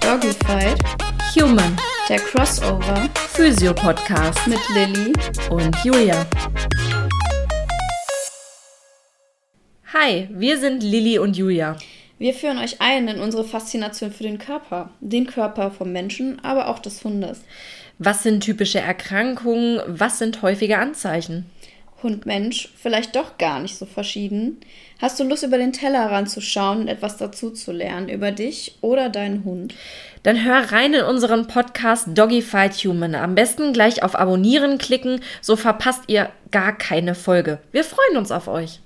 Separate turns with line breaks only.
Doggyfight,
Human,
der Crossover
Physio-Podcast
mit Lilly.
und Julia. Hi, wir sind Lilly und Julia.
Wir führen euch ein in unsere Faszination für den Körper. Den Körper vom Menschen, aber auch des Hundes.
Was sind typische Erkrankungen? Was sind häufige Anzeichen?
Hund, Mensch, vielleicht doch gar nicht so verschieden. Hast du Lust, über den Tellerrand zu schauen und etwas dazu zu lernen über dich oder deinen Hund?
Dann hör rein in unseren Podcast Doggy Fight Human. Am besten gleich auf Abonnieren klicken, so verpasst ihr gar keine Folge. Wir freuen uns auf euch.